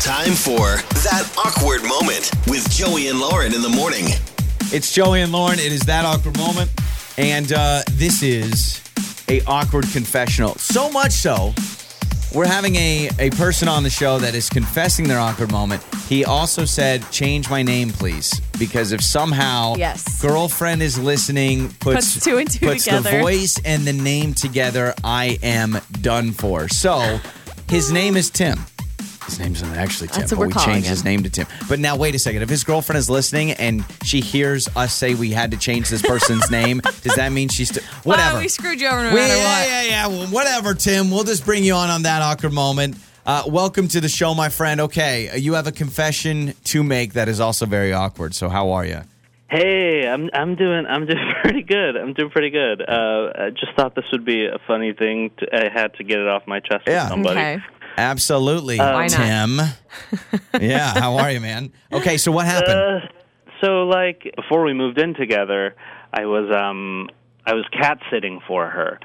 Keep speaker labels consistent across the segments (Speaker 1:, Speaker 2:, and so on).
Speaker 1: Time for That Awkward Moment with Joey and Lauren in the morning.
Speaker 2: It's Joey and Lauren. It is that awkward moment, and uh, this is a awkward confessional. So much so, we're having a a person on the show that is confessing their awkward moment. He also said, "Change my name, please," because if somehow
Speaker 3: Yes.
Speaker 2: girlfriend is listening, puts,
Speaker 3: Puts two and two
Speaker 2: puts the
Speaker 3: together.
Speaker 2: voice and the name together, I am done for. So, his name is Tim. His name's not actually Tim,
Speaker 3: That's what
Speaker 2: but
Speaker 3: we're
Speaker 2: we
Speaker 3: calling
Speaker 2: changed
Speaker 3: him.
Speaker 2: his name to Tim. But now, wait a second. If his girlfriend is listening and she hears us say we had to change this person's name, does that mean she's still whatever?
Speaker 3: Wow, we screwed you over no
Speaker 2: We-
Speaker 3: matter
Speaker 2: yeah,
Speaker 3: what.
Speaker 2: yeah, yeah. Well, whatever, Tim. We'll just bring you on on that awkward moment. Uh, welcome to the show, my friend. Okay, you have a confession to make that is also very awkward. So, how are you?
Speaker 4: Hey, I'm I'm doing I'm doing pretty good. I'm doing pretty good. Uh, I just thought this would be a funny thing. To, I had to get it off my chest
Speaker 2: Yeah.
Speaker 4: with somebody.
Speaker 3: Okay.
Speaker 2: Absolutely,
Speaker 3: Uh, Why not?
Speaker 2: Tim. yeah, how are you, man? Okay, so what happened?
Speaker 4: Uh, so like before we moved in together, I was um I was cat sitting for her.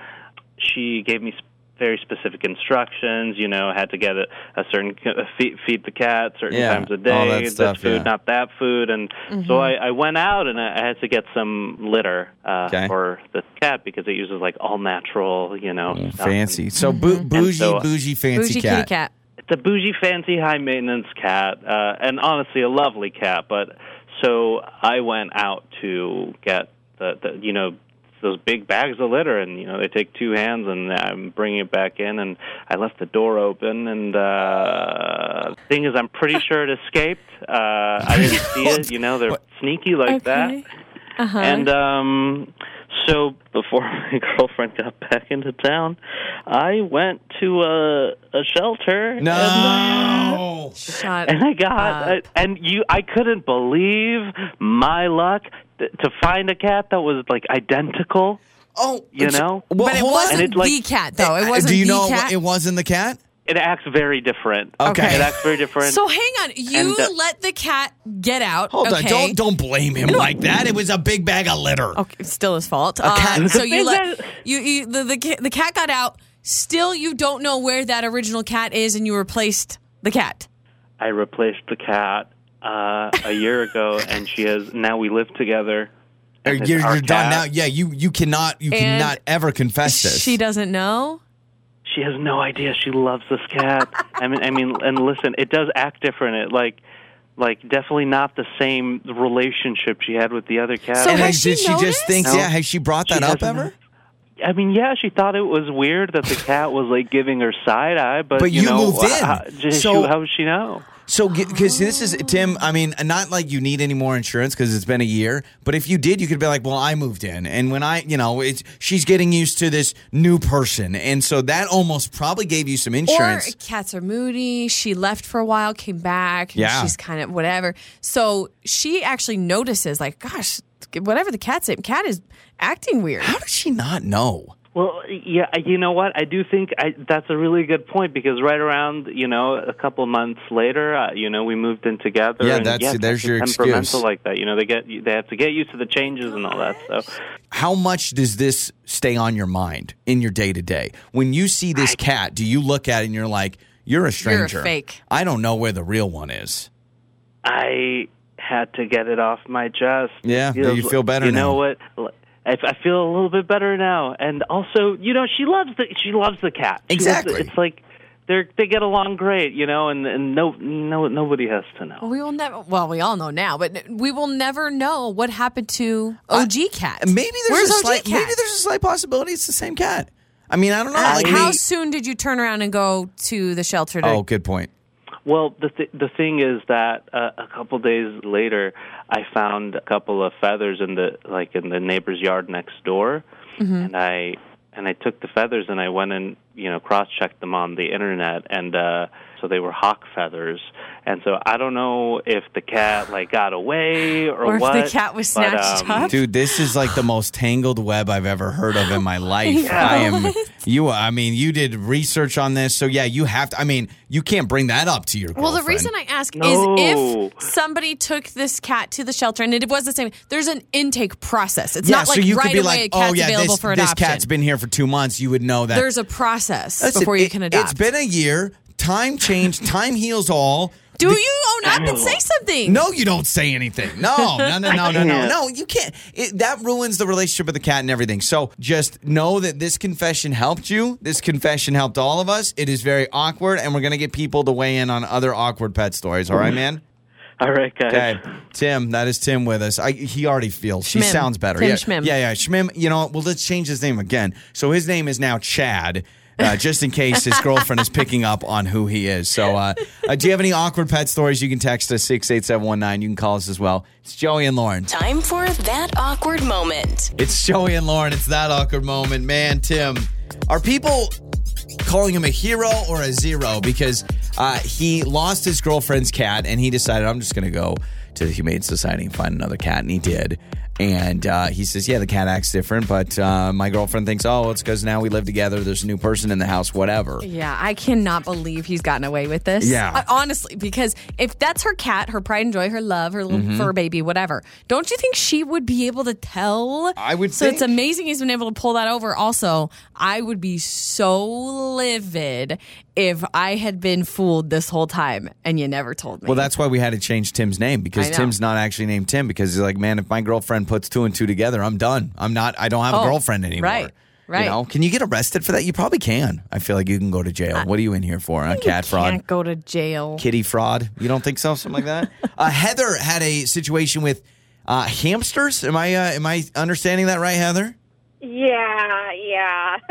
Speaker 4: She gave me s very specific instructions. You know, had to get a, a certain uh, feed, feed the cat certain
Speaker 2: Yeah,
Speaker 4: times a
Speaker 2: all that
Speaker 4: day.
Speaker 2: stuff,
Speaker 4: this food,
Speaker 2: yeah.
Speaker 4: not that food. And so I, I went out and I, I had to get some litter uh,
Speaker 2: Okay.
Speaker 4: for the cat because it uses like all natural. You know, stuff.
Speaker 2: Mm, fancy.
Speaker 3: mm-hmm.
Speaker 2: So, bou- bougie,
Speaker 4: so, uh,
Speaker 2: bougie, fancy
Speaker 3: Bougie kitty
Speaker 2: cat.
Speaker 3: cat.
Speaker 4: it's a bougie, fancy, high maintenance cat, uh, and honestly, a lovely cat. But so I went out to get the, the you know those big bags of litter, and you know they take two hands, and I'm bringing it back in, and I left the door open, and uh, thing is, I'm pretty sure it escaped. Uh, I didn't see it. You know, they're sneaky like
Speaker 3: Okay.
Speaker 4: that. And um, so before my girlfriend got back into town, I went to a, a shelter.
Speaker 2: No.
Speaker 4: And, uh,
Speaker 3: Shut.
Speaker 4: and I got,
Speaker 3: up.
Speaker 4: and you, I couldn't believe my luck th- to find a cat that was like identical.
Speaker 2: Oh,
Speaker 4: You
Speaker 2: it's-
Speaker 4: know?
Speaker 2: well,
Speaker 3: but it
Speaker 2: hold on.
Speaker 3: wasn't
Speaker 4: And it, like-
Speaker 3: the cat though. It
Speaker 2: Uh,
Speaker 3: wasn't
Speaker 2: Do you
Speaker 3: the
Speaker 2: know
Speaker 3: cat.
Speaker 2: it wasn't the cat?
Speaker 4: It acts very different.
Speaker 2: Okay.
Speaker 4: It acts very different.
Speaker 3: so hang on. You
Speaker 4: And, uh,
Speaker 3: let the cat get out.
Speaker 2: Hold on,
Speaker 3: okay.
Speaker 2: don't don't blame him like that. It was a big bag of litter.
Speaker 3: Okay, it's still his fault. Uh,
Speaker 2: cat-
Speaker 3: so you let you, you the, the ca- the cat got out. Still, you don't know where that original cat is, and you replaced the cat.
Speaker 4: I replaced the cat uh, a year ago, and she has, now we live together.
Speaker 2: You're,
Speaker 4: It's
Speaker 2: you're
Speaker 4: our
Speaker 2: done
Speaker 4: cat.
Speaker 2: now. Yeah, you you cannot you
Speaker 3: And
Speaker 2: cannot ever confess this.
Speaker 3: She doesn't know.
Speaker 4: she has no idea she loves this cat. I mean, I mean, and listen, it does act different. It like, like definitely not the same relationship she had with the other cat.
Speaker 3: So
Speaker 2: And
Speaker 3: has
Speaker 2: has-
Speaker 3: she
Speaker 2: did she just
Speaker 3: noticed?
Speaker 2: think?
Speaker 4: No.
Speaker 2: Yeah, has she brought that
Speaker 4: She
Speaker 2: up
Speaker 4: hasn't.
Speaker 2: ever?
Speaker 4: I mean, yeah, she thought it was weird that the cat was like giving her side eye, but,
Speaker 2: But you
Speaker 4: know,
Speaker 2: moved in.
Speaker 4: How, just-
Speaker 2: So-
Speaker 4: how would she know?
Speaker 2: So because this is Tim. I mean, not like you need any more insurance because it's been a year. But if you did, you could be like, well, I moved in, and when I, you know, it's she's getting used to this new person, and so that almost probably gave you some insurance.
Speaker 3: Or cats are moody. She left for a while, came back. and
Speaker 2: Yeah.
Speaker 3: She's kind of whatever. So she actually notices, like, gosh, whatever the cat's name, cat is acting weird.
Speaker 2: How did she not know?
Speaker 4: Well, yeah, you know what? I do think I, that's a really good point because right around, you know, a couple months later, uh, you know, we moved in together.
Speaker 2: Yeah,
Speaker 4: and
Speaker 2: that's-
Speaker 4: yeah,
Speaker 2: there's
Speaker 4: cats
Speaker 2: your
Speaker 4: are temperamental
Speaker 2: excuse.
Speaker 4: like that. You know, they get they have to get used to the changes and all that. So
Speaker 2: How much does this stay on your mind in your day to day? When you see this cat, do you look at it and you're like, you're a stranger.
Speaker 3: fake.
Speaker 2: I don't know where the real one is.
Speaker 4: I had to get it off my chest.
Speaker 2: Yeah,
Speaker 4: Feels-
Speaker 2: you feel better
Speaker 4: You
Speaker 2: now.
Speaker 4: know what? L- I I feel a little bit better now, and also, you know, she loves the she loves the cat. She loves the-
Speaker 2: Exactly.
Speaker 4: it's like they're they get along great, you know, and and no no nobody has to know.
Speaker 3: We will never. Well, we all know now, but we will never know what happened to OG Cat.
Speaker 2: Maybe there's
Speaker 3: Where's
Speaker 2: a
Speaker 3: OG
Speaker 2: slight
Speaker 3: Cat? Uh,
Speaker 2: maybe there's a slight possibility it's the same cat. I mean, I don't know.
Speaker 3: Like,
Speaker 2: Like
Speaker 3: how
Speaker 2: maybe-
Speaker 3: soon did you turn around and go to the shelter? To,
Speaker 2: Oh, good point.
Speaker 4: Well, the th- the thing is that uh, a couple days later, I found a couple of feathers in the like in the neighbor's yard next door,
Speaker 3: Mm-hmm.
Speaker 4: and I and I took the feathers and I went and you know cross checked them on the internet, and uh, so they were hawk feathers, and so I don't know if the cat like got away or,
Speaker 3: Or if the
Speaker 4: what,
Speaker 3: cat was
Speaker 4: but,
Speaker 3: snatched
Speaker 4: um,
Speaker 3: up?
Speaker 2: Dude, this is like the most tangled web I've ever heard of in my life. I am you I mean, you did research on this. So yeah, you have to I mean, you can't bring that up to your
Speaker 3: Well, the
Speaker 2: girlfriend.
Speaker 3: reason I ask
Speaker 4: No.
Speaker 3: is if somebody took this cat to the shelter and it was the same, there's an intake process. It's
Speaker 2: yeah,
Speaker 3: not like
Speaker 2: so you
Speaker 3: right
Speaker 2: could be
Speaker 3: away
Speaker 2: like,
Speaker 3: a cat's
Speaker 2: oh yeah,
Speaker 3: available
Speaker 2: this,
Speaker 3: for
Speaker 2: this
Speaker 3: adoption.
Speaker 2: cat's been here for two months. You would know that.
Speaker 3: there's a process
Speaker 2: Listen,
Speaker 3: before you
Speaker 2: it-
Speaker 3: can adopt.
Speaker 2: It's been a year. Time changed. Time heals all.
Speaker 3: Do you own up and say something?
Speaker 2: No, you don't say anything. No, no, no, no, no, no.
Speaker 4: can't.
Speaker 2: No, you can't. It, that ruins the relationship with the cat and everything. So just know that this confession helped you. This confession helped all of us. It is very awkward, and we're going to get people to weigh in on other awkward pet stories. All
Speaker 3: Mm-hmm.
Speaker 2: right, man?
Speaker 4: All right, guys.
Speaker 2: Okay. Tim, that is Tim with us. I, he already feels. She
Speaker 3: Shmim.
Speaker 2: sounds better.
Speaker 3: Tim
Speaker 2: yeah.
Speaker 3: Shmim.
Speaker 2: yeah, yeah. Shmim, you know, well, let's change his name again. So his name is now Chad. Uh, just in case his girlfriend is picking up on who he is. So, uh, uh, do you have any awkward pet stories? You can text us 68719. You can call us as well. It's Joey and Lauren.
Speaker 5: Time for that awkward moment.
Speaker 2: It's Joey and Lauren. It's that awkward moment. Man, Tim, are people calling him a hero or a zero? Because uh, he lost his girlfriend's cat and he decided, I'm just going to go to the Humane Society and find another cat. And he did. And uh, he says, Yeah, the cat acts different, but uh, my girlfriend thinks, Oh, it's because now we live together. There's a new person in the house, whatever.
Speaker 3: Yeah, I cannot believe he's gotten away with this.
Speaker 2: Yeah.
Speaker 3: I- honestly, because if that's her cat, her pride and joy, her love, her little
Speaker 2: Mm-hmm.
Speaker 3: fur baby, whatever, don't you think she would be able to tell?
Speaker 2: I would
Speaker 3: So it's
Speaker 2: think.
Speaker 3: amazing he's been able to pull that over. Also, I would be so livid if I had been fooled this whole time and you never told me.
Speaker 2: Well, that's why we had to change Tim's name because
Speaker 3: I know.
Speaker 2: Tim's not actually named Tim because he's like, man, if my girlfriend puts two and two together, I'm done. I'm not. I don't have a
Speaker 3: Oh,
Speaker 2: girlfriend anymore.
Speaker 3: right, right.
Speaker 2: You know, can you get arrested for that? You probably can. I feel like you can go to jail. what are you in here for? Uh, cat fraud.
Speaker 3: can't go to jail.
Speaker 2: Kitty fraud. You don't think so? Something like that. uh, Heather had a situation with uh, hamsters. Am I uh, am I understanding that right, Heather?
Speaker 6: Yeah, yeah.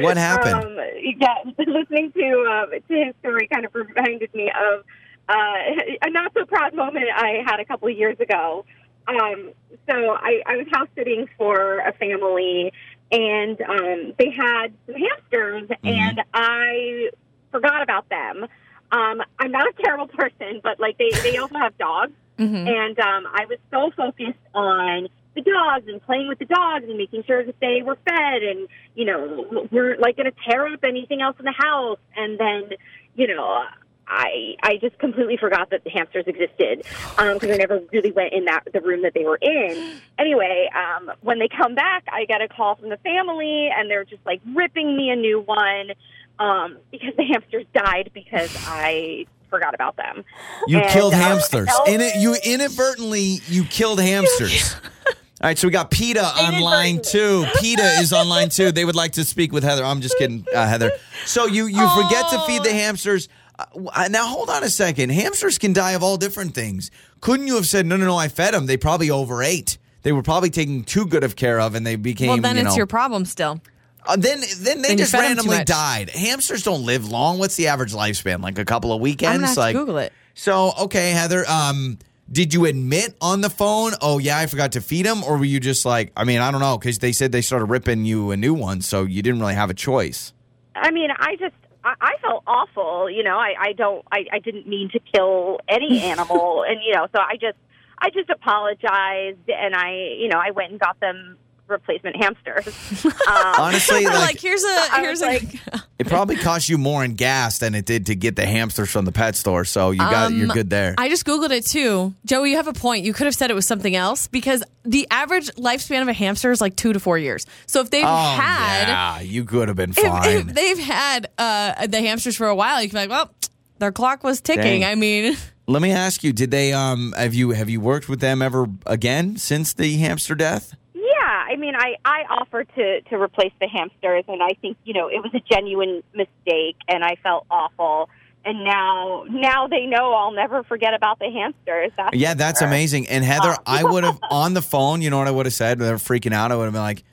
Speaker 2: What happened?
Speaker 6: Um, yeah, listening to um, to his story kind of reminded me of uh, a not so proud moment I had a couple of years ago. Um, so I, I was house sitting for a family, and um, they had some hamsters,
Speaker 2: Mm-hmm.
Speaker 6: and I forgot about them. Um, I'm not a terrible person, but like they they also have dogs. And um, I was so focused on the dogs and playing with the dogs and making sure that they were fed and, you know, weren't like going to tear up anything else in the house. And then, you know, I I just completely forgot that the hamsters existed because I never really went in that the room that they were in. Anyway, um, when they come back, I get a call from the family and they're just like ripping me a new one um, because the hamsters died because I forgot about them.
Speaker 2: You
Speaker 6: And
Speaker 2: killed
Speaker 6: I was
Speaker 2: hamsters.
Speaker 6: like,
Speaker 2: In you inadvertently you killed hamsters. All right, so we got PETA on line two. PETA is on line two. They would like to speak with Heather. I'm just kidding, uh, Heather. So you you forget to feed the
Speaker 3: Oh.
Speaker 2: hamsters. Uh, w- uh, now hold on a second. Hamsters can die of all different things. Couldn't you have said no, no, no? I fed them. They probably overate. They were probably taken too good of care of, and they became.
Speaker 3: well, then
Speaker 2: you
Speaker 3: it's
Speaker 2: know-
Speaker 3: your problem still.
Speaker 2: uh, then then they
Speaker 3: Then you
Speaker 2: just
Speaker 3: fed 'em too
Speaker 2: randomly
Speaker 3: much.
Speaker 2: died. Hamsters don't live long. What's the average lifespan? Like a couple of weekends.
Speaker 3: I'm gonna have to
Speaker 2: like
Speaker 3: Google it.
Speaker 2: So okay, Heather. Um, did you admit on the phone? Oh yeah, I forgot to feed them, or were you just like, I mean, I don't know, because they said they started ripping you a new one, so you didn't really have a choice.
Speaker 6: I mean, I just I, I felt awful. You know, I, I don't I, I didn't mean to kill any animal, and you know, so I just I just apologized, and I you know I went and got them replacement hamsters. Um,
Speaker 2: Honestly,
Speaker 3: Or
Speaker 2: like,
Speaker 3: Uh, like, here's a
Speaker 6: I
Speaker 3: here's
Speaker 6: was
Speaker 3: a
Speaker 6: like-
Speaker 2: it probably cost you more in gas than it did to get the hamsters from the pet store. So you got you're good there.
Speaker 3: Um, I just googled it too. Joey, you have a point. You could have said it was something else because the average lifespan of a hamster is like two to four years. So if they've
Speaker 2: oh
Speaker 3: had
Speaker 2: yeah, you could have been
Speaker 3: if-
Speaker 2: fine.
Speaker 3: if, they've had uh, the hamsters for a while, you can be like, well, their clock was ticking.
Speaker 2: Dang.
Speaker 3: I mean,
Speaker 2: Let me ask you: Did they um have you have you worked with them ever again since the hamster death?
Speaker 6: yeah, I mean, I I offered to to replace the hamsters, and I think you know it was a genuine mistake, and I felt awful. And now, now they know I'll never forget about the hamsters. That's
Speaker 2: Yeah, that's amazing. And Heather,
Speaker 3: Oh.
Speaker 2: I would have on the phone. You know what I would have said? They're freaking out. I would have been like,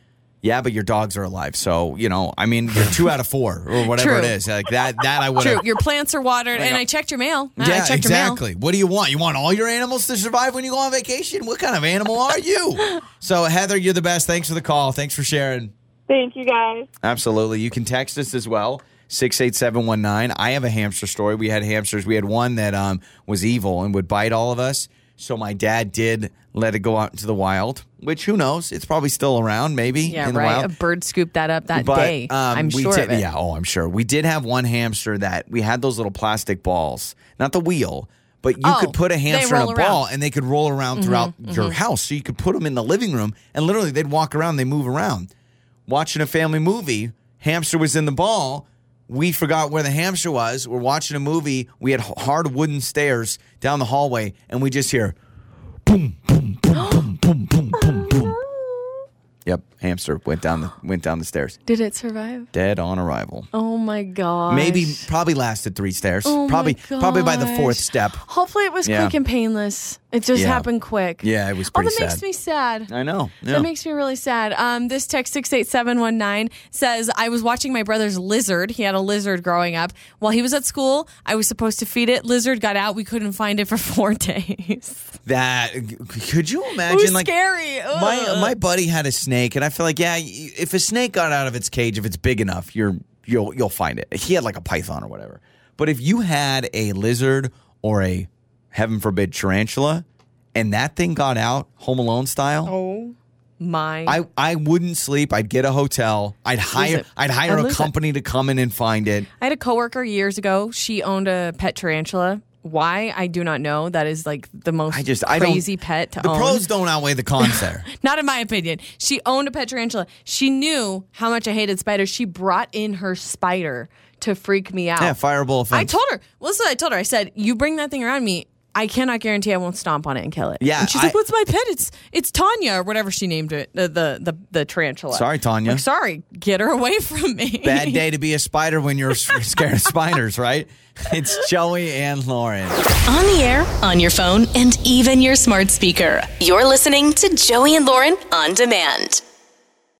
Speaker 2: "Yeah, but your dogs are alive." So you know, I mean, you're two out of four or whatever it
Speaker 3: True.
Speaker 2: is. Like that. That I would
Speaker 3: true.
Speaker 2: have.
Speaker 3: Your plants are watered. and I checked your mail. I
Speaker 2: Yeah,
Speaker 3: checked your mail.
Speaker 2: exactly. What do you want? You want all your animals to survive when you go on vacation? What kind of animal are you? so Heather, you're the best. Thanks for the call. Thanks for sharing.
Speaker 6: Thank you guys.
Speaker 2: Absolutely. You can text us as well. 68719. I have a hamster story. We had hamsters. We had one that um, was evil and would bite all of us. So my dad did let it go out into the wild, which who knows? It's probably still around, maybe
Speaker 3: Yeah,
Speaker 2: in the
Speaker 3: right. A
Speaker 2: wild.
Speaker 3: bird scooped that up that day.
Speaker 2: um,
Speaker 3: I'm
Speaker 2: we
Speaker 3: sure
Speaker 2: did,
Speaker 3: of it.
Speaker 2: Yeah, oh, I'm sure. We did have one hamster that we had those little plastic balls, not the wheel, but you
Speaker 3: Oh,
Speaker 2: could put a
Speaker 3: they
Speaker 2: hamster in a
Speaker 3: roll
Speaker 2: ball
Speaker 3: around. Mm-hmm,
Speaker 2: and they could roll around throughout your house. So you could put them in the living room and literally they'd walk around, they move around. Watching a family movie, hamster was in the ball. we forgot where the hamster was. We're watching a movie. We had h- hard wooden stairs down the hallway, and we just hear boom, boom, boom, boom, boom, boom, boom, boom. Yep, hamster went down the went down the stairs.
Speaker 3: Did it survive?
Speaker 2: Dead on arrival.
Speaker 3: Oh my god.
Speaker 2: Maybe probably lasted three stairs.
Speaker 3: Oh my
Speaker 2: probably probably by the fourth
Speaker 3: gosh.
Speaker 2: step.
Speaker 3: Hopefully it was
Speaker 2: Yeah.
Speaker 3: quick and painless. It just
Speaker 2: Yeah.
Speaker 3: happened quick.
Speaker 2: Yeah, it was
Speaker 3: Oh,
Speaker 2: pretty
Speaker 3: that makes
Speaker 2: sad.
Speaker 3: me sad.
Speaker 2: I know. Yeah.
Speaker 3: That makes me really sad. Um, this text 68719 says, I was watching my brother's lizard. He had a lizard growing up. While he was at school, I was supposed to feed it. Lizard got out. We couldn't find it for four days.
Speaker 2: that could you
Speaker 3: It was
Speaker 2: imagine like
Speaker 3: scary.
Speaker 2: my
Speaker 3: Ugh.
Speaker 2: my buddy had a snake, and I feel like yeah, y- if a snake got out of its cage, if it's big enough, you're you'll you'll find it. He had like a python or whatever. But if you had a lizard or a heaven forbid tarantula, and that thing got out Home Alone style,
Speaker 3: Oh my.
Speaker 2: I I wouldn't sleep. I'd get a hotel. I'd hire
Speaker 3: it.
Speaker 2: I'd hire
Speaker 3: I'd
Speaker 2: a
Speaker 3: lose it.
Speaker 2: company to come in and find it.
Speaker 3: I had a coworker years ago. She owned a pet tarantula. Why I do not know. That is like the most
Speaker 2: I just I don't
Speaker 3: crazy pet to
Speaker 2: the
Speaker 3: own.
Speaker 2: pros don't outweigh the cons there.
Speaker 3: Not in my opinion. She owned a pet tarantula. She knew how much I hated spiders. She brought in her spider to freak me out.
Speaker 2: yeah, fireball offense.
Speaker 3: Oh. I told her. Well, this is what I told her. I said, "You bring that thing around me." I cannot guarantee I won't stomp on it and kill it.
Speaker 2: Yeah,
Speaker 3: and she's like,
Speaker 2: I-
Speaker 3: "What's my pet? It's it's Tanya or whatever she named it. The the the, the tarantula.
Speaker 2: Sorry, Tanya.
Speaker 3: Like, sorry, get her away from me.
Speaker 2: Bad day to be a spider when you're s- scared of spiders, right? It's Joey and Lauren.
Speaker 5: On the air, on your phone, and even your smart speaker. You're listening to Joey and Lauren on demand.